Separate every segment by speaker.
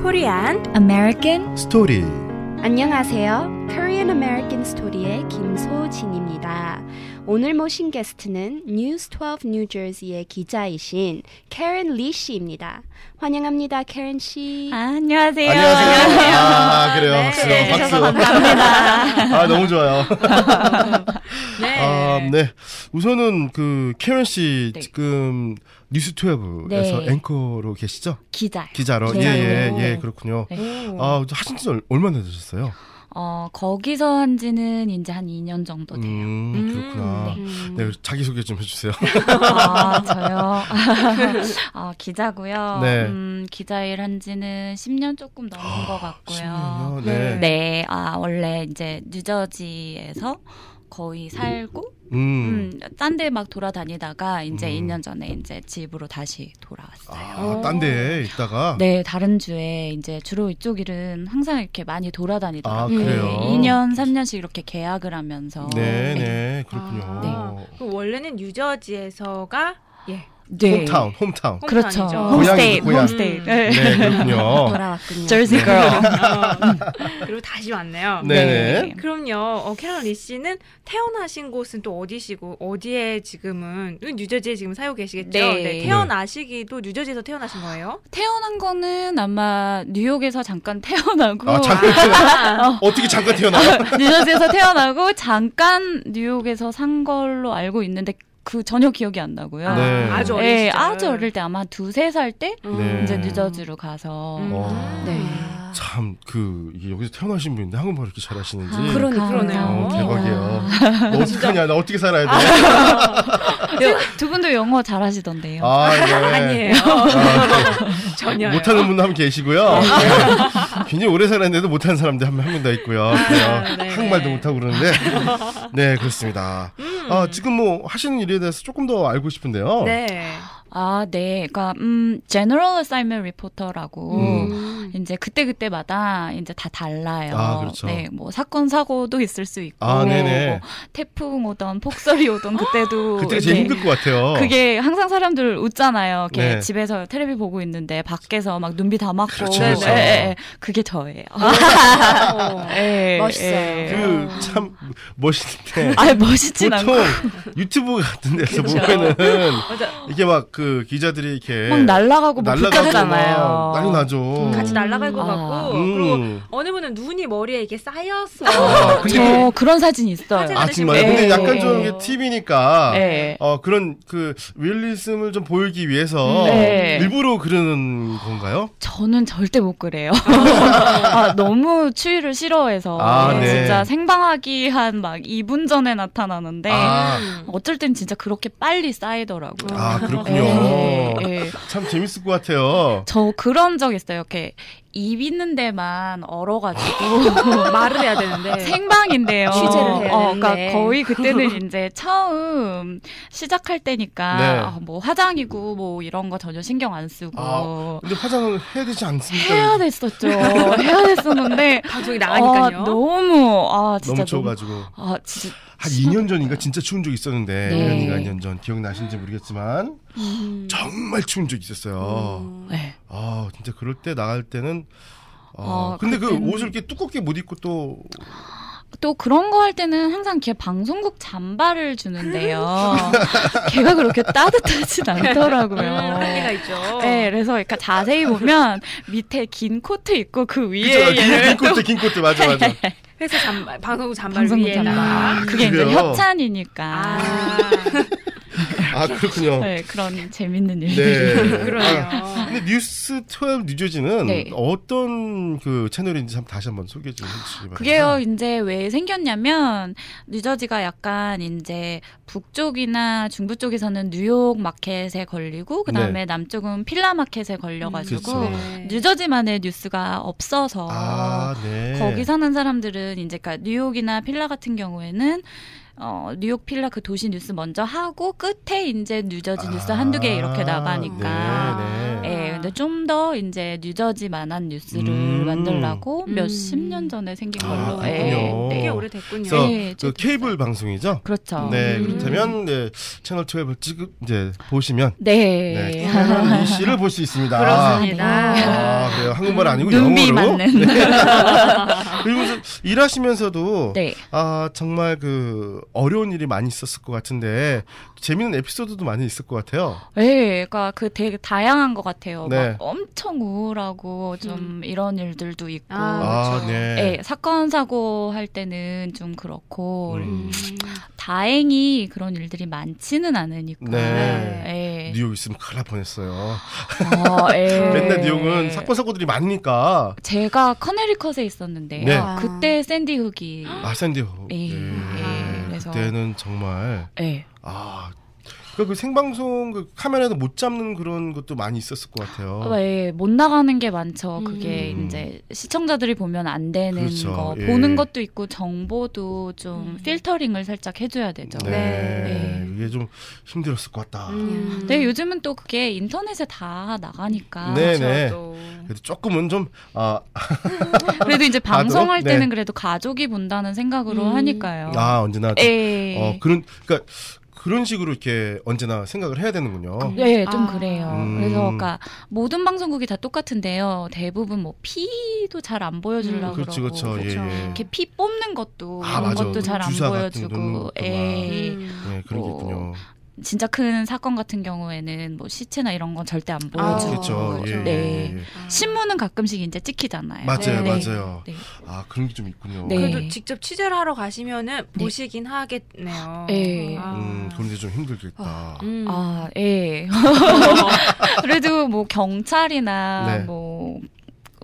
Speaker 1: Korean
Speaker 2: American
Speaker 3: 스토리
Speaker 1: 안녕하세요. Korean American Story의 김소진입니다. 오늘 모신 게스트는 News 12 New Jersey의 기자이신 Karen Lee 씨입니다. 환영합니다, Karen 씨.
Speaker 2: 아, 안녕하세요.
Speaker 3: 안녕하세요. 아 그래요. 박수.
Speaker 2: 네,
Speaker 3: 박수.
Speaker 2: 해주셔서 감사합니다.
Speaker 3: 아 너무 좋아요.
Speaker 2: 네.
Speaker 3: 아, 네. 우선은 그 케런 씨
Speaker 2: 네.
Speaker 3: 지금 뉴스 12에서
Speaker 2: 네.
Speaker 3: 앵커로 계시죠?
Speaker 2: 기자.
Speaker 3: 기자로.
Speaker 2: 기자로.
Speaker 3: 예예예 그렇군요.
Speaker 2: 네.
Speaker 3: 아 하신 지 얼- 얼마나 되셨어요?
Speaker 2: 어, 거기서 한 지는 이제 한 2년 정도 돼요.
Speaker 3: 음, 그렇구나. 네, 자기 소개 좀 해주세요.
Speaker 2: 아, 저요. 아, 기자고요.
Speaker 3: 네.
Speaker 2: 음, 기자 일한 지는 10년 조금 넘은 것 같고요.
Speaker 3: 10년 이요? 네.
Speaker 2: 네. 아, 원래 이제 뉴저지에서 거의 살고
Speaker 3: 음.
Speaker 2: 음, 딴 데 막 돌아다니다가 이제
Speaker 3: 음.
Speaker 2: 2년 전에 이제 집으로 다시 돌아왔어요.
Speaker 3: 아, 딴데 있다가.
Speaker 2: 네, 다른 주에 이제 주로 이쪽 일은 항상 이렇게 많이 돌아다니더라고요.
Speaker 3: 아
Speaker 1: 음.
Speaker 3: 그래요.
Speaker 2: 네, 2년, 3년씩 이렇게 계약을 하면서
Speaker 3: 네, 네, 그렇군요.
Speaker 4: 그 원래는 뉴저지에서가 예.
Speaker 2: 네.
Speaker 3: hometown, hometown.
Speaker 2: 그렇죠.
Speaker 4: 홈타운이죠.
Speaker 2: 홈스테이,
Speaker 3: 고향이죠, 고향.
Speaker 2: 홈스테이. 네.
Speaker 3: 네, 그렇군요.
Speaker 1: 돌아왔군요.
Speaker 2: Jersey girl.
Speaker 4: 어, 음. 그리고 다시 왔네요.
Speaker 3: 음. 네. 네네.
Speaker 4: 그럼요. 어, 캐런 리 씨는 태어나신 곳은 또 어디시고 어디에 지금은 뉴저지에 지금 살고 계시겠죠?
Speaker 2: 네.
Speaker 4: 태어나시기도 뉴저지에서 태어나신 거예요?
Speaker 2: 태어난 거는 아마 뉴욕에서 잠깐 태어나고 아,
Speaker 3: 아, 잠깐 태어나. 어떻게 잠깐 태어나요?
Speaker 2: 뉴저지에서 태어나고 잠깐 뉴욕에서 산 걸로 알고 있는데 그 전혀 기억이 안 나고요.
Speaker 4: 아,
Speaker 3: 네.
Speaker 4: 아주 어린
Speaker 2: 네,
Speaker 4: 시절.
Speaker 2: 아주 어릴 때 아마 두세 살 때
Speaker 3: 네.
Speaker 2: 음,
Speaker 3: 어,
Speaker 2: 이제 뉴저지로 가서
Speaker 4: 음.
Speaker 3: 와.
Speaker 2: 네.
Speaker 3: 참, 그, 이게 여기서 태어나신 분인데 한국말 이렇게 잘하시는지.
Speaker 2: 아,
Speaker 4: 그러-
Speaker 3: 어,
Speaker 4: 그러네요.
Speaker 3: 대박이에요. 너 어떡하냐, 나 어떻게 살아야 돼?
Speaker 2: 어, 두 분도 영어 잘하시던데요.
Speaker 3: 아, 네.
Speaker 4: 아니에요. 전혀
Speaker 3: 못하는 분도 한 계시고요. 네. 굉장히 오래 살았는데도 못하는 사람들 한 명 더 있고요. 그래요.
Speaker 4: 네.
Speaker 3: 한국말도 못하고 그러는데. 네, 그렇습니다. 아, 지금 뭐 하시는 일에 대해서 조금 더 알고 싶은데요.
Speaker 4: 네.
Speaker 2: 아, 네. 그러니까 음, General Assignment Reporter라고
Speaker 3: 음.
Speaker 2: 이제 그때 그때마다 이제 다 달라요.
Speaker 3: 아, 그렇죠.
Speaker 2: 네, 뭐 사건 사고도 있을 수 있고,
Speaker 3: 아, 네네.
Speaker 2: 뭐 태풍 오던 폭설이 오던 그때도
Speaker 3: 그때가 제일
Speaker 2: 이렇게
Speaker 3: 힘들 것 같아요.
Speaker 2: 네. 그게 항상 사람들 웃잖아요. 이렇게
Speaker 3: 네.
Speaker 2: 집에서 텔레비 보고 있는데 밖에서 막 눈비 다 맞고.
Speaker 3: 그렇죠,
Speaker 4: 그렇죠.
Speaker 2: 예, 예, 예. 그게 저예요.
Speaker 4: 어.
Speaker 1: 아,
Speaker 2: 예,
Speaker 1: 네. 멋있어요.
Speaker 2: 예.
Speaker 3: 그 참 멋있는데.
Speaker 2: 아, 멋있진 않고.
Speaker 3: 보통 뭐 유튜브 같은 데서
Speaker 4: 그렇죠.
Speaker 3: 보면은
Speaker 4: 맞아.
Speaker 3: 이게 막 그 기자들이 이렇게
Speaker 2: 막 날라가고 뭐 막
Speaker 3: 날라가고
Speaker 2: 붙잡잖아요.
Speaker 3: 막 난리 나죠.
Speaker 4: 같이 날아갈 것
Speaker 2: 아.
Speaker 4: 같고
Speaker 3: 음.
Speaker 4: 그리고 어느 분은 눈이 머리에 이게 쌓여서
Speaker 3: 아, 근데
Speaker 2: 저 그런 사진 있어요.
Speaker 4: 사진
Speaker 3: 아 정말
Speaker 2: 네.
Speaker 3: 근데 약간 좀
Speaker 2: 네.
Speaker 3: 이게 팁이니까
Speaker 2: 예.
Speaker 3: 어 그런 그 릴리즘을 좀 보이기 위해서
Speaker 2: 네.
Speaker 3: 일부러 그러는 건가요?
Speaker 2: 저는 절대 못 그래요. 아, 너무 추위를 싫어해서
Speaker 3: 아, 네.
Speaker 2: 진짜 생방하기 한 막 2분 전에 나타나는데
Speaker 3: 아,
Speaker 4: 음,
Speaker 2: 어쩔 땐 진짜 그렇게 빨리 쌓이더라고요.
Speaker 3: 아 그렇군요.
Speaker 2: 예, 예.
Speaker 3: 참 재밌을 것 같아요.
Speaker 2: 저 그런 적 있어요. 이렇게 입 있는 데만 얼어가지고
Speaker 4: 말을 해야
Speaker 3: 아.
Speaker 4: 되는데
Speaker 2: 생방인데요.
Speaker 1: 취재를 해야
Speaker 2: 어, 그러니까
Speaker 1: 되는데.
Speaker 2: 거의 그때는 이제 처음 시작할 때니까
Speaker 3: 네.
Speaker 2: 아, 뭐 화장이고 뭐 이런 거 전혀 신경 안 쓰고
Speaker 3: 아, 근데 화장을 해야 되지 않습니까?
Speaker 2: 해야 됐었죠. 해야 됐었는데
Speaker 4: 방송이 나가니까요.
Speaker 2: 아, 너무 아 진짜
Speaker 3: 너무 추워가지고
Speaker 2: 아 진짜
Speaker 3: 한 2년 전인가 진짜 추운 적 있었는데
Speaker 2: 네.
Speaker 3: 1년인가 2년 전 기억나시는지 모르겠지만 정말 추운 적 있었어요.
Speaker 2: 네.
Speaker 3: 아 진짜 그럴 때 나갈 때는 어,
Speaker 2: 아,
Speaker 3: 근데 그
Speaker 2: 그때는-
Speaker 3: 옷을 이렇게 두껍게 못 입고 또
Speaker 2: 또 그런 거 할 때는 항상 걔 방송국 잠바를 주는데요. 걔가 그렇게 따뜻하진
Speaker 4: 음,
Speaker 2: 않더라고요.
Speaker 4: 한계가 있죠.
Speaker 2: 네, 그래서 그러니까 자세히 보면 밑에 긴 코트 있고 그
Speaker 3: 그쵸,
Speaker 2: 위에
Speaker 3: 긴, 긴 코트 긴 코트 맞아 맞아
Speaker 2: 네.
Speaker 4: 회사 잠바, 방송국 아. 잠바
Speaker 2: 방송국
Speaker 4: 위에다가.
Speaker 2: 잠바. 그게 이제
Speaker 3: 그래요?
Speaker 2: 협찬이니까.
Speaker 4: 아,
Speaker 3: 아 그렇군요 네,
Speaker 2: 네, 그런 재밌는 일.
Speaker 4: 그러네요.
Speaker 3: 아, 근데 뉴스 12 뉴저지는
Speaker 2: 네.
Speaker 3: 어떤 그 채널인지 참 다시 한번 소개 좀 해주시기 바랍니다
Speaker 2: 그게요, 이제 왜 생겼냐면, 뉴저지가 약간 이제 북쪽이나 중부 쪽에서는 뉴욕 마켓에 걸리고, 그 다음에 남쪽은 필라 마켓에 걸려가지고,
Speaker 3: 네. 음, 그쵸.
Speaker 4: 네.
Speaker 2: 뉴저지만의 뉴스가 없어서,
Speaker 3: 그렇죠. 아네
Speaker 2: 거기 사는 사람들은 이제 그러니까 뉴욕이나 필라 같은 경우에는 어, 뉴욕 필라 그 도시 뉴스 먼저 하고 끝에 이제 뉴저지 뉴스 한두 개 이렇게 나가니까
Speaker 3: 아, 네, 네.
Speaker 2: 예, 근데 좀 더 이제 뉴저지 만한 뉴스를
Speaker 3: 음.
Speaker 2: 만들라고
Speaker 4: 음.
Speaker 2: 몇십 년 전에 생긴
Speaker 3: 아,
Speaker 2: 걸로.
Speaker 3: 그렇군요.
Speaker 4: 네, 되게 오래됐군요.
Speaker 3: 그래서
Speaker 2: 예,
Speaker 3: 그 케이블 방송이죠.
Speaker 2: 그렇죠.
Speaker 3: 네,
Speaker 4: 음.
Speaker 3: 그렇다면 네, 채널 12 지금 이제 보시면 네,
Speaker 2: 네.
Speaker 3: 캐런 리 씨를 볼 수 있습니다.
Speaker 4: 그렇습니다.
Speaker 3: 아, 그래요. 한국말 아니고
Speaker 2: 눈비
Speaker 3: 영어로. 네.
Speaker 2: 맞는.
Speaker 3: 그리고 좀 일하시면서도
Speaker 2: 네.
Speaker 3: 아 정말 그 어려운 일이 많이 있었을 것 같은데 재밌는 에피소드도 많이 있을 것 같아요.
Speaker 2: 예, 그러니까 그 되게 다양한 것 같아요.
Speaker 3: 네.
Speaker 2: 막 엄청 우울하고 좀 이런 일들도 있고.
Speaker 4: 음. 아.
Speaker 3: 아,
Speaker 4: 그렇죠.
Speaker 3: 네.
Speaker 2: 예, 사건 사고 할 때는 좀 그렇고
Speaker 3: 음.
Speaker 2: 다행히 그런 일들이 많지는 않으니까.
Speaker 3: 네.
Speaker 2: 예.
Speaker 3: 뉴욕 있으면 큰일 날 뻔했어요.
Speaker 2: 어, 예.
Speaker 3: 맨날 뉴욕은 사건 사고들이 많으니까
Speaker 2: 제가 커네리컷에 있었는데요.
Speaker 3: 네.
Speaker 1: 아.
Speaker 2: 그때 샌디 흑이
Speaker 3: 아 샌디호.
Speaker 2: 예, 예, 그래서-
Speaker 3: 그때는 정말
Speaker 2: 예.
Speaker 3: 아. 그러니까 그 생방송 그 카메라에서 못 잡는 그런 것도 많이 있었을 것 같아요.
Speaker 2: 예, 못 나가는 게 많죠. 그게
Speaker 3: 어. 음.
Speaker 2: 이제 시청자들이 보면 안 되는
Speaker 3: 그렇죠.
Speaker 2: 거
Speaker 3: 예.
Speaker 2: 보는 것도 있고 정보도 좀
Speaker 4: 음.
Speaker 2: 필터링을 살짝 해줘야 되죠.
Speaker 3: 네.
Speaker 4: 네.
Speaker 3: 이게 좀 힘들었을 것 같다.
Speaker 4: 음.
Speaker 2: 근데 네, 요즘은 또 그게 인터넷에 다 나가니까
Speaker 3: 네, 네.
Speaker 4: 또.
Speaker 3: 그래도 조금은 좀 아,
Speaker 2: 그래도 이제 방송할
Speaker 3: 가족? 네.
Speaker 2: 때는 그래도 가족이 본다는 생각으로
Speaker 1: 음.
Speaker 2: 하니까요.
Speaker 3: 아 언제나 좀,
Speaker 2: 그렇죠. 예.
Speaker 3: 어 그런 그러니까 그런 식으로 이렇게 언제나 생각을 해야 되는군요.
Speaker 2: 네, 좀
Speaker 4: 아.
Speaker 2: 그래요.
Speaker 3: 음.
Speaker 2: 그래서 그러니까 모든 방송국이 다 똑같은데요. 대부분 뭐 피도 잘 안 보여주려고
Speaker 4: 음,
Speaker 3: 그렇지
Speaker 2: 아, 그러고
Speaker 3: 그렇죠. 예,
Speaker 4: 그렇죠.
Speaker 3: 예.
Speaker 2: 이렇게 피 뽑는 것도
Speaker 3: 아,
Speaker 2: 그런
Speaker 3: 맞아.
Speaker 2: 것도 잘 안
Speaker 3: 주사 같은 거 넣는
Speaker 2: 보여주고,
Speaker 3: 것도
Speaker 2: 예.
Speaker 4: 음.
Speaker 3: 네, 그런 게
Speaker 2: 뭐,
Speaker 3: 있군요.
Speaker 2: 진짜 큰 사건 같은 경우에는 뭐 시체나 이런 건 절대 안
Speaker 4: 아,
Speaker 2: 보여주고,
Speaker 3: 그렇죠. 예,
Speaker 2: 네.
Speaker 3: 예, 예.
Speaker 4: 아.
Speaker 2: 신문은 가끔씩 이제 찍히잖아요.
Speaker 3: 맞아요,
Speaker 4: 네.
Speaker 3: 맞아요.
Speaker 2: 네.
Speaker 3: 아 그런 게 좀 있군요.
Speaker 2: 네.
Speaker 4: 그래도 직접 취재를 하러 가시면은 보시긴 네. 하겠네요.
Speaker 2: 네.
Speaker 4: 아.
Speaker 3: 음, 그런 게 좀 힘들겠다.
Speaker 4: 음.
Speaker 2: 아, 예. 그래도 뭐 경찰이나
Speaker 3: 네.
Speaker 2: 뭐,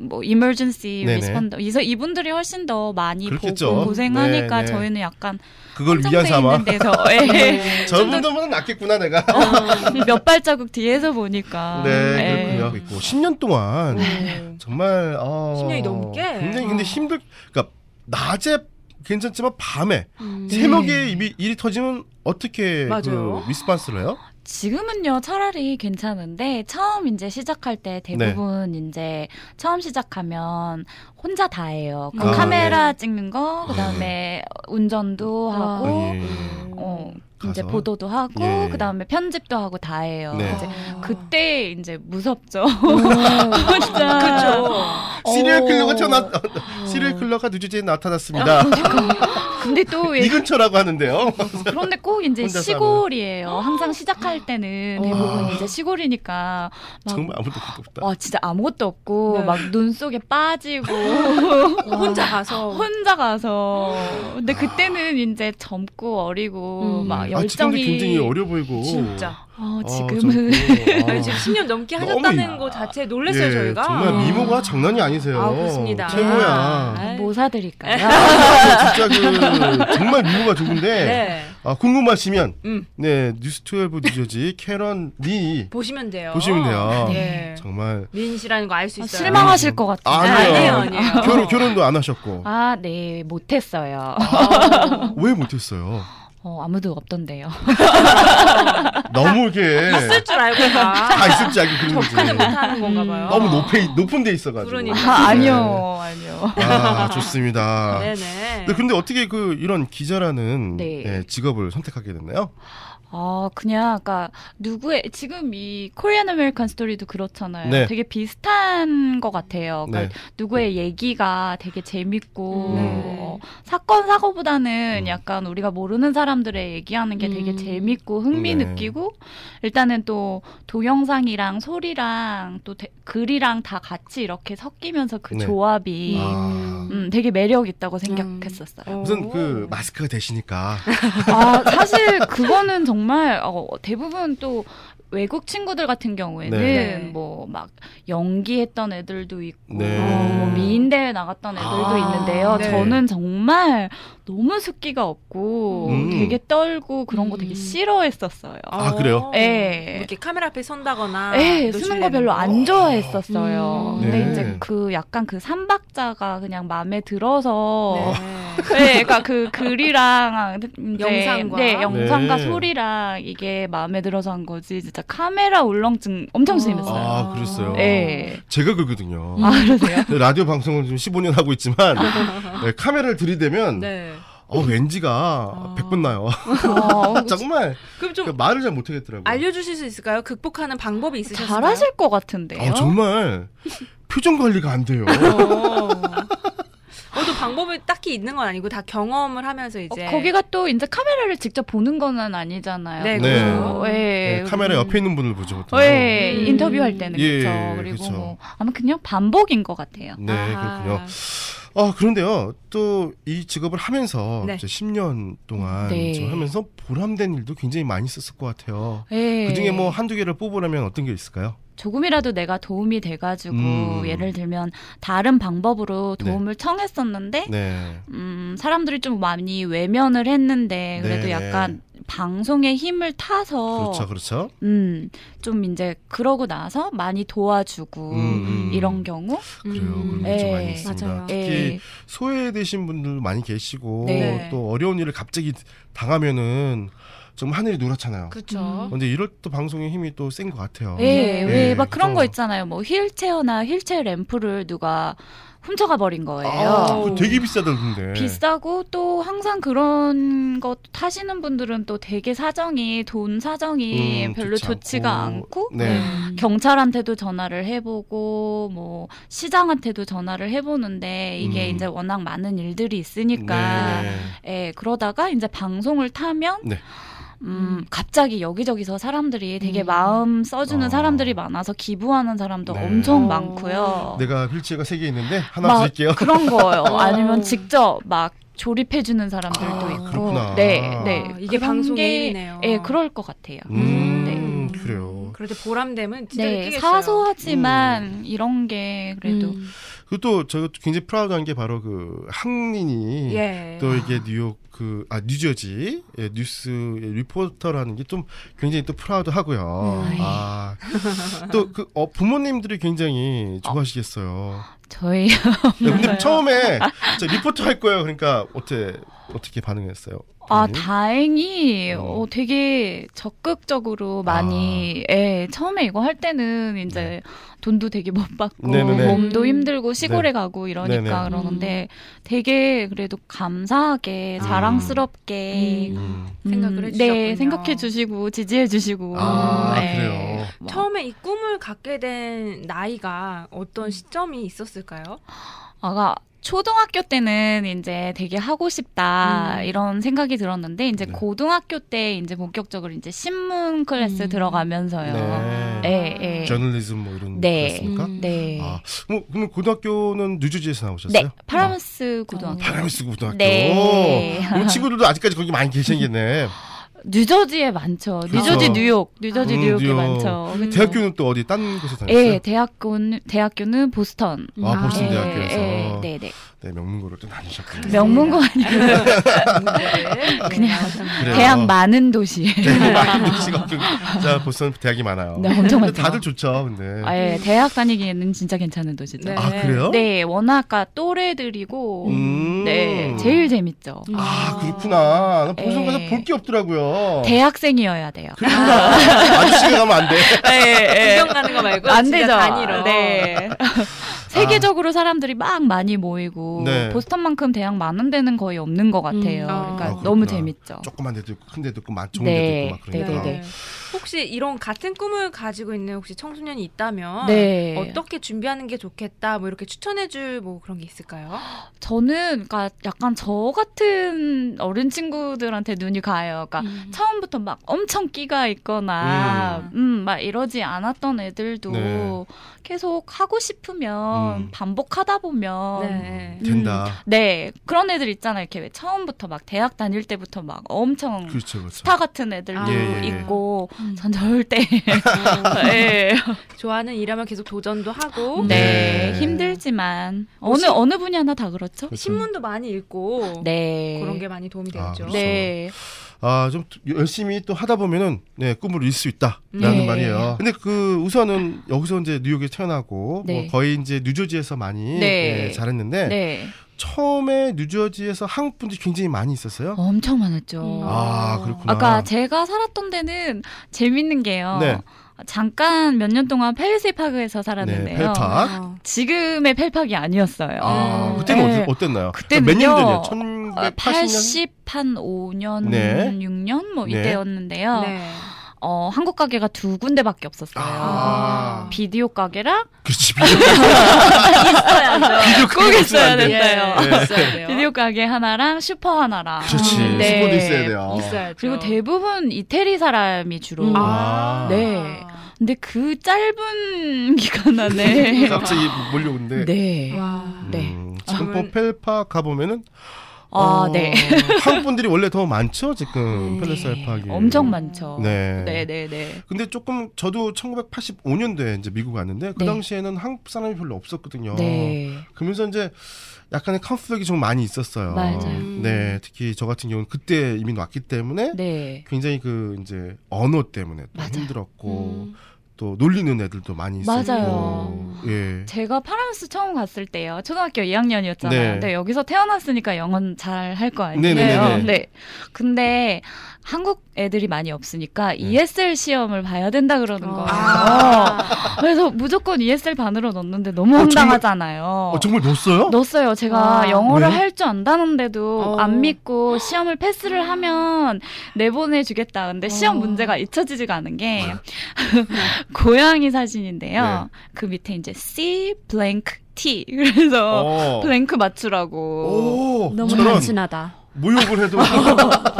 Speaker 2: 뭐 emergency
Speaker 3: 네네.
Speaker 2: response 이서 이분들이 훨씬 더 많이
Speaker 3: 그렇겠죠.
Speaker 2: 보고 고생하니까
Speaker 3: 네, 네.
Speaker 2: 저희는 약간
Speaker 3: 그걸 위한
Speaker 2: 한정돼
Speaker 3: 삼아
Speaker 2: 있는 데서 예.
Speaker 4: 네.
Speaker 3: 저분들보다 낫겠구나 내가.
Speaker 4: 어.
Speaker 2: 몇 발자국 뒤에서 보니까
Speaker 3: 네,
Speaker 2: 예.
Speaker 3: 그렇군요. 있고 10년 동안
Speaker 4: 네.
Speaker 3: 정말 어,
Speaker 4: 10 년이 넘게?
Speaker 3: 굉장히
Speaker 4: 어.
Speaker 3: 근데 힘들. 그러니까 낮에 괜찮지만 밤에
Speaker 4: 음.
Speaker 3: 새벽에 일이, 일이 터지면 어떻게
Speaker 4: 맞아요.
Speaker 3: 그 리스판스를 해요?
Speaker 2: 지금은요 차라리 괜찮은데 처음 이제 시작할 때 대부분
Speaker 3: 네.
Speaker 2: 이제 처음 시작하면 혼자 다 해요. 그러니까
Speaker 4: 아,
Speaker 2: 카메라 찍는 거,
Speaker 3: 네.
Speaker 2: 그다음에 운전도
Speaker 4: 와.
Speaker 2: 하고
Speaker 3: 아, 예.
Speaker 2: 어, 이제
Speaker 3: 가서?
Speaker 2: 보도도 하고
Speaker 3: 예.
Speaker 2: 그다음에 편집도 하고 다 해요.
Speaker 3: 네.
Speaker 2: 이제
Speaker 4: 아.
Speaker 2: 그때 이제 무섭죠.
Speaker 4: 그렇죠.
Speaker 3: 시리얼
Speaker 2: 어.
Speaker 3: 킬러가 태어났 시리얼 킬러가 뉴저지에 나타났습니다.
Speaker 4: 아,
Speaker 2: 근데 또 왜
Speaker 3: 이 근처라고 하는데요.
Speaker 4: 어.
Speaker 2: 그런데 꼭 이제
Speaker 3: 혼자 사는.
Speaker 2: 시골이에요. 항상 시작할 때는 대부분
Speaker 3: 아.
Speaker 2: 이제 시골이니까 막
Speaker 3: 정말 아무도 없다.
Speaker 4: 어,
Speaker 2: 와 진짜 아무것도 없고
Speaker 4: 네.
Speaker 2: 막 눈 속에 빠지고
Speaker 4: 혼자 가서
Speaker 2: 혼자 가서 근데 그때는 이제 젊고 어리고
Speaker 4: 음.
Speaker 2: 막
Speaker 3: 아, 지금도
Speaker 2: 열정이
Speaker 3: 굉장히 어려 보이고.
Speaker 4: 진짜.
Speaker 2: 어,
Speaker 3: 아,
Speaker 2: 지금은
Speaker 3: 좀-
Speaker 4: 아니,
Speaker 3: 아.
Speaker 4: 지금 10년 넘게
Speaker 3: 너무
Speaker 4: 하셨다는
Speaker 3: 이-
Speaker 4: 거 자체에 놀랐어요
Speaker 3: 예,
Speaker 4: 저희가.
Speaker 3: 정말 미모가 장난이 아니세요.
Speaker 4: 아, 그렇습니다.
Speaker 3: 최고야.
Speaker 4: 아.
Speaker 2: 뭐 사드릴까요?
Speaker 3: 아, 진짜 그 정말 미모가 좋은데
Speaker 4: 네.
Speaker 3: 아, 궁금하시면
Speaker 4: 음.
Speaker 3: 네 뉴스 12 뉴저지 캐런 리
Speaker 4: 보시면 돼요.
Speaker 3: 보시면 돼요.
Speaker 4: 네.
Speaker 3: 정말
Speaker 4: 민 씨라는 거 알 수
Speaker 2: 음. 아,
Speaker 4: 있어요.
Speaker 2: 실망하실 것 같아요.
Speaker 3: 아,
Speaker 4: 아니에요,
Speaker 3: 아니에요.
Speaker 4: 아니에요.
Speaker 3: 결혼 결혼도 안 하셨고
Speaker 2: 아, 네, 못했어요.
Speaker 4: 아.
Speaker 3: 왜 못했어요?
Speaker 2: 어, 아무도 없던데요.
Speaker 3: 너무 이렇게
Speaker 4: 아, 있을 줄 알고
Speaker 3: 다
Speaker 4: 가.
Speaker 3: 있을 줄 알고 그런
Speaker 4: 접근을
Speaker 3: 거지.
Speaker 2: 음.
Speaker 4: 못하는 건가 봐요.
Speaker 3: 너무 높에 높은 데 있어가지고.
Speaker 4: 그러니까.
Speaker 2: 아, 아니요, 아니요.
Speaker 3: 네. 아 좋습니다.
Speaker 4: 네네.
Speaker 3: 근데, 근데 어떻게 그 이런 기자라는
Speaker 2: 네.
Speaker 3: 예, 직업을 선택하게 됐나요?
Speaker 2: 아, 그냥, 아까, 누구의, 지금 이 코리안 아메리칸 스토리도 그렇잖아요.
Speaker 3: 네.
Speaker 2: 되게 비슷한 것
Speaker 4: 어,
Speaker 2: 같아요.
Speaker 3: 네.
Speaker 2: 그러니까 누구의 얘기가 되게 재밌고,
Speaker 4: 네.
Speaker 2: 어, 사건, 사고보다는
Speaker 3: 음.
Speaker 2: 약간 우리가 모르는 사람들의 얘기하는 게 되게
Speaker 4: 음.
Speaker 2: 재밌고, 흥미
Speaker 3: 네.
Speaker 2: 느끼고, 일단은 또 동영상이랑 소리랑 또 대- 글이랑 다 같이 이렇게 섞이면서 그
Speaker 3: 네.
Speaker 2: 조합이
Speaker 3: 아.
Speaker 2: 음, 되게 매력 있다고 생각했었어요.
Speaker 3: 무슨 그 마스크가 되시니까
Speaker 4: 그렇죠.
Speaker 2: 아, 사실 그거는 정말 어, 대부분 또 외국 친구들 같은 경우에는
Speaker 3: 네.
Speaker 2: 뭐 막 연기했던 애들도 있고
Speaker 3: 네.
Speaker 2: 뭐 미인대회 나갔던 애들도
Speaker 3: 아,
Speaker 2: 있는데요.
Speaker 4: 네.
Speaker 2: 저는 정말 너무 습기가 없고
Speaker 3: 음.
Speaker 2: 되게 떨고 그런 거 되게
Speaker 4: 음.
Speaker 2: 싫어했었어요.
Speaker 3: 아, 그래요?
Speaker 2: 예.
Speaker 4: 뭐 이렇게 카메라 앞에 선다거나.
Speaker 2: 예,
Speaker 4: 노출되는
Speaker 2: 쓰는 거 별로
Speaker 4: 네.
Speaker 2: 안 좋아했었어요.
Speaker 4: 아, 음.
Speaker 2: 근데
Speaker 3: 네.
Speaker 2: 이제 그 약간 그 삼박자가 그냥 마음에 들어서
Speaker 4: 네.
Speaker 2: 네, 그러니까 그 글이랑 이제,
Speaker 4: 영상과?
Speaker 2: 네, 영상과
Speaker 3: 네.
Speaker 2: 소리랑 이게 마음에 들어서 한 거지 진짜 진짜 카메라 울렁증 엄청
Speaker 4: 어.
Speaker 2: 심했어요.
Speaker 3: 아, 그랬어요.
Speaker 4: 네.
Speaker 2: 예.
Speaker 3: 제가 그거든요.
Speaker 2: 아
Speaker 4: 음.
Speaker 2: 그러세요?
Speaker 3: 네, 라디오 방송을 지금 15년 하고 있지만 네, 카메라를 들이대면
Speaker 4: 네.
Speaker 3: 어, 왠지가
Speaker 4: 아.
Speaker 3: 100번 나요.
Speaker 2: 어,
Speaker 3: 정말
Speaker 4: 그럼 좀
Speaker 3: 그러니까 말을 잘 못하겠더라고요.
Speaker 4: 알려주실 수 있을까요? 극복하는 방법이 있으신가요?
Speaker 2: 잘하실 것 같은데요.
Speaker 3: 아, 정말 표정 관리가 안 돼요.
Speaker 4: 어, 또 방법이 딱히 있는 건 아니고 다 경험을 하면서
Speaker 2: 어,
Speaker 4: 이제
Speaker 2: 거기가 또 이제 카메라를 직접 보는 거는 아니잖아요.
Speaker 4: 네,
Speaker 3: 네.
Speaker 2: 그죠? 예.
Speaker 3: 네, 카메라 옆에 있는 분을 보지 못해요.
Speaker 2: 예,
Speaker 4: 음.
Speaker 2: 인터뷰할 때는
Speaker 3: 예,
Speaker 2: 그렇죠. 그리고
Speaker 3: 그쵸.
Speaker 2: 뭐 아마 그냥 반복인 것 같아요.
Speaker 3: 네,
Speaker 4: 아하.
Speaker 3: 그렇군요. 아, 그런데요. 또 이 직업을 하면서
Speaker 4: 네.
Speaker 3: 이제 10년 동안
Speaker 2: 네.
Speaker 3: 좀 하면서 보람된 일도 굉장히 많이 있었을 것 같아요.
Speaker 4: 네.
Speaker 2: 예.
Speaker 3: 그중에 뭐 한두 개를 뽑으라면 어떤 게 있을까요?
Speaker 2: 조금이라도 내가 도움이 돼가지고
Speaker 3: 음.
Speaker 2: 예를 들면 다른 방법으로
Speaker 3: 네.
Speaker 2: 도움을 청했었는데
Speaker 3: 네.
Speaker 2: 음, 사람들이 좀 많이 외면을 했는데 그래도
Speaker 3: 네,
Speaker 2: 약간 방송의 힘을
Speaker 4: 어.
Speaker 2: 타서
Speaker 3: 그렇죠. 그렇죠.
Speaker 2: 음, 좀 이제 그러고 나서 많이 도와주고
Speaker 3: 음, 음.
Speaker 2: 이런 경우
Speaker 3: 그래요. 그런
Speaker 4: 음.
Speaker 3: 게좀
Speaker 2: 예,
Speaker 3: 많이 있습니다.
Speaker 4: 맞아요. 네.
Speaker 3: 특히
Speaker 2: 예.
Speaker 3: 소외되신 분들 많이 계시고
Speaker 2: 네.
Speaker 3: 또 어려운 일을 갑자기 당하면은 좀 하늘이 누렇잖아요.
Speaker 4: 그렇죠.
Speaker 3: 근데 이럴 때 방송의 힘이 또 센 것 같아요.
Speaker 2: 예,
Speaker 4: 예,
Speaker 2: 왜 막 그런 거
Speaker 3: 어, 네, 그래서-
Speaker 2: 있잖아요. 뭐 휠체어나 휠체어 램프를 누가 훔쳐가 버린
Speaker 3: 아, 네.
Speaker 2: 거예요.
Speaker 3: 그거 되게 비싸던데.
Speaker 2: 비싸고 또 항상 그런 거 타시는 분들은 또 되게 사정이 돈 사정이
Speaker 3: 음,
Speaker 2: 별로
Speaker 3: 좋지
Speaker 2: 좋지 가
Speaker 3: 않고.
Speaker 2: 않고
Speaker 3: 네.
Speaker 2: 경찰한테도 전화를 해보고 뭐 시장한테도 전화를 해보는데 이게
Speaker 3: 음.
Speaker 2: 이제 워낙 많은 일들이 있으니까
Speaker 3: 네.
Speaker 2: 예 그러다가 이제 방송을 타면
Speaker 3: 네.
Speaker 2: 음 갑자기 여기저기서 사람들이 되게
Speaker 4: 음.
Speaker 2: 마음 써주는
Speaker 3: 어.
Speaker 2: 사람들이 많아서 기부하는 사람도
Speaker 3: 네.
Speaker 2: 엄청
Speaker 4: 어.
Speaker 2: 많고요
Speaker 3: 내가 휠체어가 세 개 있는데 하나
Speaker 2: 막
Speaker 3: 드릴게요.
Speaker 2: 그런 거예요
Speaker 4: 어.
Speaker 2: 아니면 직접 막 조립해주는 사람들도
Speaker 3: 아,
Speaker 2: 있고
Speaker 3: 그렇구나.
Speaker 2: 네, 네.
Speaker 4: 아, 이게
Speaker 2: 그런
Speaker 4: 방송의
Speaker 2: 게,
Speaker 4: 힘이네요.
Speaker 2: 예, 그럴 것 같아요.
Speaker 3: 음,
Speaker 4: 네.
Speaker 3: 그래요.
Speaker 4: 그럴 때 보람됨은 진짜
Speaker 2: 네,
Speaker 4: 느끼겠어요.
Speaker 2: 사소하지만
Speaker 3: 음.
Speaker 2: 이런 게 그래도
Speaker 4: 음.
Speaker 3: 그리고 또 제가 굉장히 프라우드한 게 바로 그 한민이
Speaker 2: 아.
Speaker 3: 음.
Speaker 4: 예.
Speaker 3: 또 이게 뉴욕 그 아 뉴저지 예, 뉴스 리포터라는 게 좀 굉장히 또 프라우드하고요.
Speaker 2: 음. 네.
Speaker 3: 아 또 그 어, 부모님들이 굉장히 좋아하시겠어요.
Speaker 2: 저희
Speaker 3: 네, 근데 처음에 저 리포터 할 거예요. 그러니까 어떻게 어떻게 반응했어요?
Speaker 2: 아
Speaker 3: 부모님?
Speaker 2: 다행히
Speaker 3: 어.
Speaker 2: 어, 되게
Speaker 3: 아.
Speaker 2: 적극적으로 많이 예 처음에 이거 할 때는 이제 돈도 되게 못 받고
Speaker 3: 네. 네네네.
Speaker 2: 몸도
Speaker 4: 음.
Speaker 2: 힘들고 시골에 가고 이러니까
Speaker 3: 네네.
Speaker 2: 그러는데 되게 그래도 감사하게
Speaker 4: 아.
Speaker 2: 자랑스럽게
Speaker 3: 음.
Speaker 2: 음,
Speaker 4: 생각을
Speaker 2: 네
Speaker 4: 해주셨군요.
Speaker 2: 생각해 주시고 지지해 주시고
Speaker 3: 아
Speaker 2: 예.
Speaker 3: 그래요.
Speaker 2: 뭐
Speaker 4: 처음에 이 꿈을 갖게 된 나이가
Speaker 2: 음.
Speaker 4: 어떤 시점이 있었을까요?
Speaker 2: 아가 초등학교 때는 이제 되게 하고 싶다
Speaker 4: 음.
Speaker 2: 이런 생각이 들었는데 이제
Speaker 3: 네.
Speaker 2: 고등학교 때 이제 본격적으로 이제 신문 클래스
Speaker 4: 음.
Speaker 2: 들어가면서요.
Speaker 3: 네.
Speaker 2: 예, 예.
Speaker 3: 저널리즘 뭐 이런
Speaker 2: 네.
Speaker 3: 그랬습니까?
Speaker 2: 네.
Speaker 3: 아, 뭐, 그러면 고등학교는 뉴저지에서 나오셨어요? 아,
Speaker 2: 네. 파라무스 아. 고등학교.
Speaker 3: 파라미스 고등학교.
Speaker 2: 네. 음.
Speaker 3: 우리 친구들도 아직까지 거기 많이 계시겠네.
Speaker 2: 뉴저지에 많죠.
Speaker 4: 그렇죠.
Speaker 2: 뉴저지 뉴욕, 뉴저지
Speaker 3: 아. 음,
Speaker 2: 뉴욕에
Speaker 3: 뉴욕.
Speaker 2: 많죠.
Speaker 4: 음.
Speaker 2: 그렇죠.
Speaker 3: 대학교는 또 어디 딴 곳에 다녔어요?
Speaker 2: 예, 대학교는 대학교는 보스턴.
Speaker 3: 아, 보스턴
Speaker 2: 예,
Speaker 3: 대학교에서.
Speaker 2: 예, 네, 네.
Speaker 3: 네, 명문고를 또 다니셨군요.
Speaker 2: 명문고 아니
Speaker 4: 그냥
Speaker 3: 그래요.
Speaker 2: 대학 많은 도시.
Speaker 3: 네, 많은 도시가 없군요. 자, 보스턴 대학이 많아요.
Speaker 2: 네, 엄청
Speaker 3: 근데
Speaker 2: 많죠.
Speaker 3: 다들 좋죠, 근데.
Speaker 2: 아, 예, 대학 다니기에는 진짜 괜찮은 도시죠.
Speaker 4: 네.
Speaker 3: 아, 그래요?
Speaker 2: 네, 워낙 아 또래들이고
Speaker 3: 음.
Speaker 2: 네, 제일 재밌죠.
Speaker 3: 아,
Speaker 4: 음.
Speaker 3: 그렇구나. 나 보스턴 가서
Speaker 2: 예.
Speaker 3: 볼 게 없더라고요.
Speaker 2: 대학생이어야 돼요.
Speaker 3: 아저씨가 가면 안 돼. 예,
Speaker 4: 구경 가는 네. 거 말고
Speaker 2: 안
Speaker 4: 진짜
Speaker 2: 되죠.
Speaker 4: 단위로.
Speaker 2: 네. 세계적으로 사람들이 막 많이 모이고
Speaker 3: 네.
Speaker 2: 보스턴만큼 대학 많은 데는 거의 없는 것 같아요.
Speaker 4: 음. 아.
Speaker 2: 그러니까
Speaker 4: 아,
Speaker 2: 너무
Speaker 3: 그렇구나.
Speaker 2: 재밌죠.
Speaker 3: 조그만 데도 있고, 큰 데도 있고, 막 좋은
Speaker 2: 네.
Speaker 3: 데도 있고, 막 그러니까.
Speaker 2: 네네네.
Speaker 4: 혹시 이런 같은 꿈을 가지고 있는 혹시 청소년이 있다면
Speaker 2: 네.
Speaker 4: 어떻게 준비하는 게 좋겠다 뭐 이렇게 추천해줄 뭐 그런 게 있을까요?
Speaker 2: 저는 그러니까 약간 저 같은 어른 친구들한테 눈이 가요. 그러니까 처음부터 막 엄청 끼가 있거나
Speaker 4: 음.
Speaker 2: 음. 막 이러지 않았던 애들도
Speaker 3: 네.
Speaker 2: 계속 하고 싶으면
Speaker 3: 음.
Speaker 2: 반복하다 보면 네.
Speaker 4: 네.
Speaker 3: 된다.
Speaker 2: 그런 애들 있잖아요. 이렇게 왜 처음부터 막 대학 다닐 때부터 막 엄청
Speaker 3: 그렇죠, 그렇죠.
Speaker 2: 음. 스타 같은 애들도
Speaker 4: 아.
Speaker 3: 예, 예, 예.
Speaker 2: 있고
Speaker 4: 음.
Speaker 2: 전 절대
Speaker 4: 어,
Speaker 2: 예.
Speaker 4: 좋아하는 일이라면 계속 도전도 하고
Speaker 3: 네.
Speaker 2: 네. 힘들지만
Speaker 4: 혹시-
Speaker 2: 어느 어느 분야나 다 그렇죠.
Speaker 3: 그렇죠.
Speaker 4: 신문도 많이 읽고
Speaker 2: 네
Speaker 4: 그런 게 많이 도움이
Speaker 3: 아,
Speaker 4: 되겠죠.
Speaker 3: 그렇죠.
Speaker 2: 네.
Speaker 3: 아 좀 열심히 또 하다 보면은 네 꿈을 이룰 수 있다라는
Speaker 2: 네.
Speaker 3: 말이에요. 근데 그 우선은 여기서 이제 뉴욕에 태어나고
Speaker 2: 네.
Speaker 3: 뭐 거의 이제 뉴저지에서 많이
Speaker 2: 네.
Speaker 3: 예, 잘했는데
Speaker 2: 네.
Speaker 3: 처음에 뉴저지에서 한국 분들이 굉장히 많이 있었어요.
Speaker 2: 엄청 많았죠.
Speaker 1: 음.
Speaker 3: 아
Speaker 1: 아.
Speaker 3: 그렇구나.
Speaker 2: 아까 제가 살았던 데는 재밌는 게요.
Speaker 3: 네.
Speaker 2: 잠깐 몇 년 동안 펠리세이 파크에서 살았는데요.
Speaker 3: 네, 펠팍.
Speaker 1: 어.
Speaker 2: 지금의 펠팍이 아니었어요.
Speaker 3: 아,
Speaker 1: 음.
Speaker 3: 그때는
Speaker 2: 네.
Speaker 3: 어땠, 나요 그러니까
Speaker 2: 그때는요.
Speaker 3: 몇년 전이에요? 네, 1980년?
Speaker 2: 어, 80한 5년,
Speaker 3: 네.
Speaker 2: 6년 뭐
Speaker 3: 네.
Speaker 2: 이때였는데요.
Speaker 4: 네.
Speaker 2: 어, 한국 가게가 두 군데밖에 없었어요.
Speaker 3: 아.
Speaker 2: 비디오 가게랑
Speaker 3: 그렇지. 비디오
Speaker 2: 꼭
Speaker 3: 비디오 가게가 없으면
Speaker 2: 있어야
Speaker 3: 안
Speaker 2: 됐어요.
Speaker 3: 돼. 네.
Speaker 4: 아, 있어야 돼요.
Speaker 2: 비디오 가게 하나랑 슈퍼 하나랑.
Speaker 3: 그렇지.
Speaker 4: 음,
Speaker 2: 네.
Speaker 3: 스포도 있어야 돼요.
Speaker 4: 있어야죠.
Speaker 2: 그리고 대부분 이태리 사람이 주로.
Speaker 1: 음.
Speaker 2: 아.
Speaker 3: 아.
Speaker 2: 네. 근데 그 짧은 기간 안에
Speaker 3: 갑자기 몰려오는데.
Speaker 2: 네.
Speaker 4: 와.
Speaker 2: 네.
Speaker 3: 음, 지금
Speaker 4: 저는-
Speaker 3: 뭐 펠팍 가보면은
Speaker 2: 아,
Speaker 3: 어,
Speaker 2: 네.
Speaker 3: 한국 분들이 원래 더 많죠
Speaker 1: 네.
Speaker 3: 지금 펠레셀팍이
Speaker 2: 엄청 많죠.
Speaker 3: 네.
Speaker 2: 네, 네, 네.
Speaker 3: 근데 조금 저도 1985년도에 이제 미국 왔는데 그
Speaker 2: 네.
Speaker 3: 당시에는 한국 사람이 별로 없었거든요.
Speaker 2: 네.
Speaker 3: 그러면서 이제 약간의 컨플렉이 좀 많이 있었어요.
Speaker 2: 맞아요.
Speaker 3: 네, 특히 저 같은 경우는 그때 이미 왔기 때문에
Speaker 2: 네.
Speaker 3: 굉장히 그 이제 언어 때문에 또
Speaker 2: 맞아요.
Speaker 1: 음.
Speaker 3: 힘들었고 또 놀리는 애들도 많이 있었고
Speaker 2: 맞아요.
Speaker 3: 예.
Speaker 2: 제가 파랑스 처음 갔을 때요. 초등학교 2학년이었잖아요.
Speaker 3: 네.
Speaker 2: 근데 여기서 태어났으니까 영어는 잘 할 거 아니에요.
Speaker 3: 네네네네.
Speaker 2: 네. 근데 한국 애들이 많이
Speaker 3: 네.
Speaker 2: 없으니까 ESL 시험을 봐야 된다
Speaker 4: 아.
Speaker 2: 그러는 거예요. 그래서 무조건 ESL 반으로 넣었는데 너무
Speaker 3: 어, 정말?
Speaker 2: 황당하잖아요.
Speaker 3: 어, 정말 넣었어요?
Speaker 2: 넣었어요. 제가
Speaker 1: 와.
Speaker 2: 영어를
Speaker 3: 아, 왜요?
Speaker 2: 할 줄 안다는데도
Speaker 1: 어.
Speaker 2: 안 믿고 시험을 패스를 하면 내보내주겠다. 근데 시험
Speaker 1: 어.
Speaker 2: 문제가 잊혀지지가 않은 게
Speaker 3: 네.
Speaker 2: 고양이 사진인데요. 그 밑에 이제 C blank T 그래서
Speaker 3: 어.
Speaker 2: 블랭크 맞추라고
Speaker 3: 오,
Speaker 1: 너무
Speaker 3: 어, 저런
Speaker 1: 단순하다.
Speaker 3: 모욕을 해도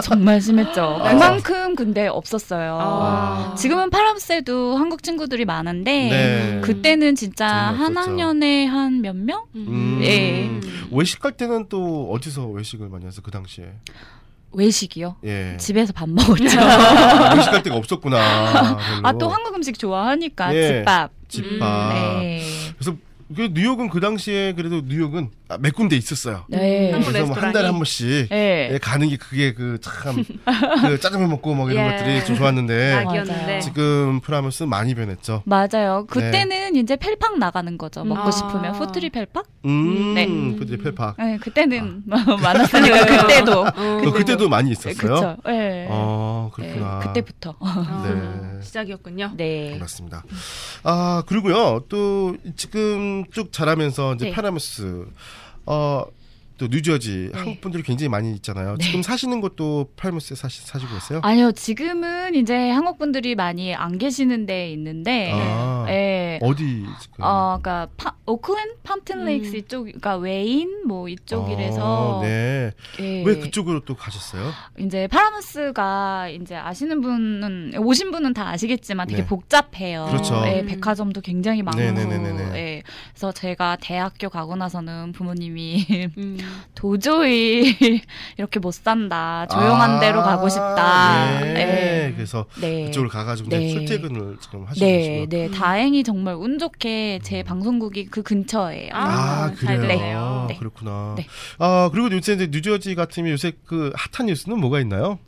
Speaker 2: 정말 심했죠.
Speaker 3: 아.
Speaker 2: 그만큼 근데 없었어요.
Speaker 4: 아.
Speaker 2: 지금은 파람새도 한국 친구들이 많은데
Speaker 3: 네.
Speaker 2: 그때는 진짜
Speaker 3: 정말
Speaker 2: 한
Speaker 3: 없었죠.
Speaker 2: 학년에 한 몇 명?
Speaker 3: 음.
Speaker 2: 예.
Speaker 3: 외식 갈 때는 또 어디서 외식을 많이 해서 그 당시에
Speaker 2: 외식이요.
Speaker 3: 예
Speaker 2: 집에서 밥 먹었죠.
Speaker 3: 아, 외식 갈 데가 없었구나 별로.
Speaker 2: 아 또 한국 음식 좋아하니까
Speaker 3: 예. 아.
Speaker 2: 집밥.
Speaker 3: 집밥
Speaker 2: 네.
Speaker 3: 그래서 그 뉴욕은 그 당시에 그래도 뉴욕은 아, 몇 군데 있었어요
Speaker 2: 네.
Speaker 4: 한국
Speaker 3: 그래서 뭐한 달에 한 번씩
Speaker 2: 네.
Speaker 3: 예, 가는 게 그게 그참 그 짜장면 먹고 막 이런
Speaker 4: 예.
Speaker 3: 것들이 좀 좋았는데
Speaker 4: 낙이었는데.
Speaker 2: 맞아요.
Speaker 3: 네.
Speaker 2: 네.
Speaker 3: 지금 프라모스 많이 변했죠
Speaker 2: 맞아요. 그때는 이제 펠팍 나가는 거죠. 먹고
Speaker 4: 아.
Speaker 2: 싶으면 포트리 펠팍?
Speaker 3: 음
Speaker 2: 네.
Speaker 3: 그들이 펠팍
Speaker 2: 네, 그때는 많았으니까 음. 그때도.
Speaker 3: 어, 그때도 많이 아. 있었어요
Speaker 2: 그렇죠. 네.
Speaker 3: 어
Speaker 2: 네,
Speaker 3: 그렇구나
Speaker 2: 그때부터.
Speaker 3: 네.
Speaker 4: 어. 시작이었군요.
Speaker 2: 네.
Speaker 3: 맞습니다. 아 그리고요 또 지금 쭉 자라면서 이제
Speaker 2: 네.
Speaker 3: 파라모스 어또 뉴저지
Speaker 2: 네.
Speaker 3: 한국 분들이 굉장히 많이 있잖아요.
Speaker 2: 네.
Speaker 3: 지금 사시는 것도 파라모스에 사시, 사시고 계세요?
Speaker 2: 아니요, 지금은 이제 한국 분들이 많이 안 계시는 데 있는데,
Speaker 3: 아,
Speaker 2: 예.
Speaker 3: 어디 지금?
Speaker 2: 어, 그니까, 파- 오클랜드 팜튼 레이크스
Speaker 4: 음.
Speaker 2: 이쪽, 그니까, 웨인, 뭐, 이쪽이라서.
Speaker 3: 아, 네.
Speaker 2: 예.
Speaker 3: 왜 그쪽으로 또 가셨어요?
Speaker 2: 이제 파라무스가 이제 아시는 분은 오신 분은 다 아시겠지만 되게
Speaker 3: 네.
Speaker 2: 복잡해요.
Speaker 3: 그렇죠.
Speaker 2: 예,
Speaker 4: 음.
Speaker 2: 백화점도 굉장히 많고.
Speaker 3: 네네네네네.
Speaker 2: 예. 그래서 제가 대학교 가고 나서는 부모님이
Speaker 1: 음.
Speaker 2: 도저히 이렇게 못 산다. 조용한
Speaker 3: 아,
Speaker 2: 데로 가고 싶다.
Speaker 3: 네.
Speaker 2: 네.
Speaker 3: 그래서
Speaker 2: 네.
Speaker 3: 그쪽으로 가가지고
Speaker 2: 네.
Speaker 3: 이제 출퇴근을 지금 하시고
Speaker 2: 네,
Speaker 3: 계시고.
Speaker 2: 네. 다행히 정말 운 좋게 제 방송국이 그 근처예요.
Speaker 3: 아,
Speaker 4: 아, 잘
Speaker 3: 그래요.
Speaker 4: 되네요.
Speaker 3: 아, 그렇구나.
Speaker 2: 네.
Speaker 3: 아 그리고 요새 이제 뉴저지 같으면 요새 그 핫한 뉴스는 뭐가 있나요?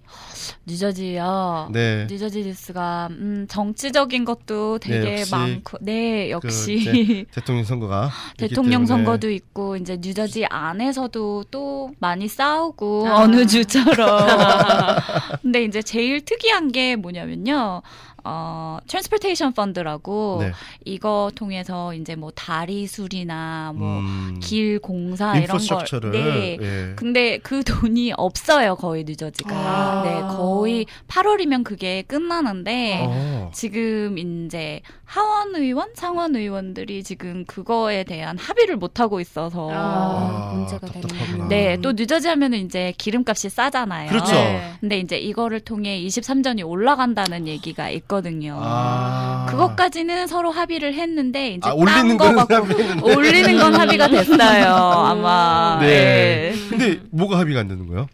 Speaker 2: 뉴저지요.
Speaker 3: 네.
Speaker 2: 뉴저지 뉴스가 음, 정치적인 것도
Speaker 3: 네,
Speaker 2: 되게
Speaker 3: 역시.
Speaker 2: 많고, 네,
Speaker 3: 그 이제
Speaker 2: 역시.
Speaker 3: 대통령 선거가 있기
Speaker 2: 대통령
Speaker 3: 때문에.
Speaker 2: 선거도 있고 이제 뉴저지 안에서도 또 많이 싸우고
Speaker 4: 아.
Speaker 2: 어느 주처럼. 근데 이제 제일 특이한 게 뭐냐면요. 어, 트랜스포테이션 펀드라고
Speaker 3: 네.
Speaker 2: 이거 통해서 이제 뭐 다리 수리나 뭐 길
Speaker 3: 음,
Speaker 2: 공사 이런 걸
Speaker 3: 인프라스트럭처를
Speaker 2: 네.
Speaker 3: 예.
Speaker 2: 근데 그 돈이 없어요, 거의 뉴저지가.
Speaker 4: 아.
Speaker 2: 네, 거의 8월이면 그게 끝나는데
Speaker 3: 어.
Speaker 2: 지금 이제 하원 의원, 상원 의원들이 지금 그거에 대한 합의를 못 하고 있어서
Speaker 4: 아,
Speaker 3: 아,
Speaker 1: 문제가
Speaker 3: 답답하구나.
Speaker 1: 되네요.
Speaker 3: 음.
Speaker 2: 네, 또 뉴저지 하면은 이제 기름값이 싸잖아요.
Speaker 3: 아. 그렇죠.
Speaker 4: 네.
Speaker 2: 근데 이제 이거를 통해 23전이 올라간다는 얘기가 있거든요.
Speaker 3: 아.
Speaker 2: 어, 그것까지는 서로 합의를 했는데 이제
Speaker 3: 아,
Speaker 2: 딴
Speaker 3: 올리는
Speaker 2: 거
Speaker 3: 거는
Speaker 2: 갖고 어.
Speaker 3: 합의했는데.
Speaker 2: 올리는 건 합의가 됐어요. 아마.
Speaker 3: 네.
Speaker 2: 예.
Speaker 3: 근데 뭐가 합의가 안 되는 거예요?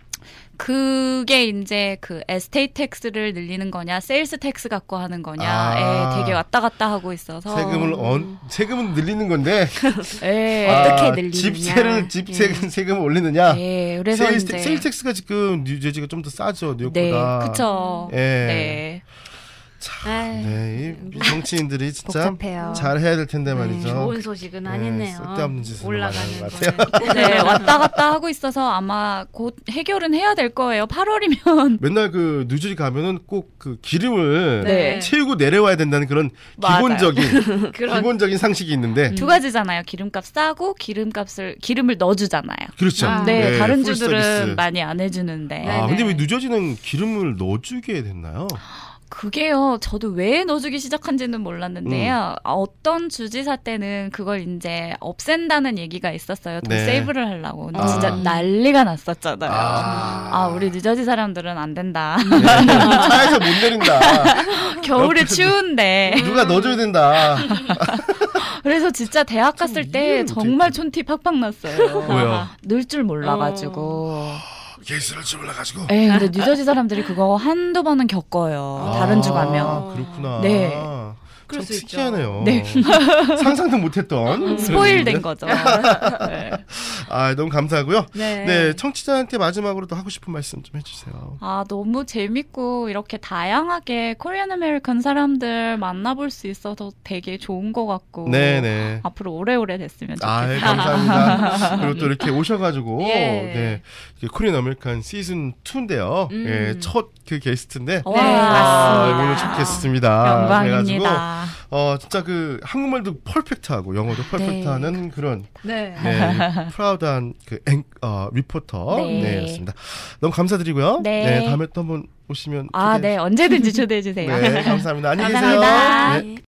Speaker 2: 그게 이제 그 에스테이 텍스를 늘리는 거냐, 세일스 텍스 갖고 하는 거냐에
Speaker 3: 아.
Speaker 2: 되게 왔다 갔다 하고 있어서
Speaker 3: 세금을 언 세금은 늘리는 건데
Speaker 2: 예.
Speaker 1: 어떤- 어떻게
Speaker 3: 아,
Speaker 1: 늘리느냐.
Speaker 3: 집세를 집세
Speaker 2: 예.
Speaker 3: 세금을 올리느냐.
Speaker 2: 예. 그래서
Speaker 3: 아, 세일,
Speaker 2: 이제
Speaker 3: 텍스가 지금 뉴저지가 좀 더
Speaker 2: 네,
Speaker 3: 싸죠 뉴욕보다.
Speaker 2: 그쵸.
Speaker 3: 예.
Speaker 2: 네.
Speaker 1: 아유,
Speaker 3: 네, 이 정치인들이 진짜
Speaker 1: 복잡해요.
Speaker 3: 잘 해야 될 텐데
Speaker 1: 네,
Speaker 3: 말이죠.
Speaker 4: 좋은 소식은
Speaker 3: 네,
Speaker 4: 아니네요.
Speaker 3: 쓸데없는 짓으로
Speaker 4: 올라가는
Speaker 3: 말하는 것
Speaker 4: 거는.
Speaker 2: 네, 왔다 갔다 하고 있어서 아마 곧 해결은 해야 될 거예요. 8월이면.
Speaker 3: 맨날 그 뉴저지 가면은 꼭 그 기름을
Speaker 2: 네.
Speaker 3: 채우고 내려와야 된다는 그런
Speaker 2: 맞아요. 음.
Speaker 3: 기본적인
Speaker 4: 그런
Speaker 3: 기본적인 상식이 있는데
Speaker 2: 두 가지잖아요. 기름값 싸고 기름값을 기름을 넣어주잖아요.
Speaker 3: 그렇죠.
Speaker 4: 아.
Speaker 2: 네, 다른
Speaker 3: 풀
Speaker 2: 주들은
Speaker 3: 서비스.
Speaker 2: 많이 안 해주는데
Speaker 3: 아,
Speaker 4: 네네.
Speaker 3: 근데 왜 뉴저지는 기름을 넣어주게 됐나요?
Speaker 2: 그게요. 저도 왜 넣어주기 시작한지는 몰랐는데요.
Speaker 3: 음.
Speaker 2: 아, 어떤 주지사 때는 그걸 이제 없앤다는 얘기가 있었어요. 돈
Speaker 3: 네.
Speaker 2: 세이브를 하려고. 근데
Speaker 3: 아.
Speaker 2: 진짜 난리가 났었잖아요. 아. 우리 뉴저지 사람들은 안 된다.
Speaker 3: 네, 차에서 못 내린다.
Speaker 2: 겨울에 추운데.
Speaker 3: 누가 넣어줘야 된다.
Speaker 2: 그래서 진짜 대학 갔을 때
Speaker 3: 이해를
Speaker 2: 정말
Speaker 3: 못했지.
Speaker 2: 촌티 팍팍 났어요.
Speaker 3: 왜요?
Speaker 2: 늘 줄 몰라가지고.
Speaker 3: 어. 게이스를 좀 올라가지고.
Speaker 2: 에 근데 뉴저지 사람들이 그거 한두 번은 겪어요. 다른 주 가면.
Speaker 3: 아, 그렇구나.
Speaker 2: 네.
Speaker 3: 참
Speaker 4: 그럴 수 있죠.
Speaker 3: 특이하네요.
Speaker 2: 네.
Speaker 3: 상상도 못했던 그런
Speaker 2: 스포일된
Speaker 3: 일인데.
Speaker 2: 거죠. 네.
Speaker 3: 아 너무 감사하고요.
Speaker 4: 네.
Speaker 3: 네, 청취자한테 마지막으로 또 하고 싶은 말씀 좀 해주세요.
Speaker 2: 아, 너무 재밌고 이렇게 다양하게 코리안 아메리칸 사람들 만나볼 수 있어서 되게 좋은 것 같고
Speaker 3: 네네.
Speaker 2: 앞으로 오래오래 됐으면
Speaker 3: 아,
Speaker 2: 좋겠어요.
Speaker 3: 예, 감사합니다. 그리고 또 이렇게 오셔가지고,
Speaker 4: 예.
Speaker 3: 네, 이게 코리안 아메리칸 시즌 2인데요.
Speaker 4: 음.
Speaker 3: 예, 첫 그 게스트인데.
Speaker 2: 와,
Speaker 4: 네,
Speaker 3: 아,
Speaker 4: 맞습니다.
Speaker 3: 오늘 첫 게스트입니다. 그래가지고,
Speaker 2: 영광입니다.
Speaker 3: 어, 진짜 그 한국말도 퍼펙트하고 영어도 퍼펙트하는 그런
Speaker 4: 네.
Speaker 3: 네, 프라우드한 그 앵, 어, 리포터
Speaker 2: 네.
Speaker 3: 네였습니다. 너무 감사드리고요.
Speaker 2: 네.
Speaker 3: 다음에 또 한번 오시면
Speaker 2: 아,
Speaker 3: 초대해
Speaker 2: 네. 언제든지 초대해
Speaker 3: 주세요.
Speaker 2: 주세요.
Speaker 3: 네, 감사합니다. 안녕히 계세요.
Speaker 2: 감사합니다.
Speaker 3: 네.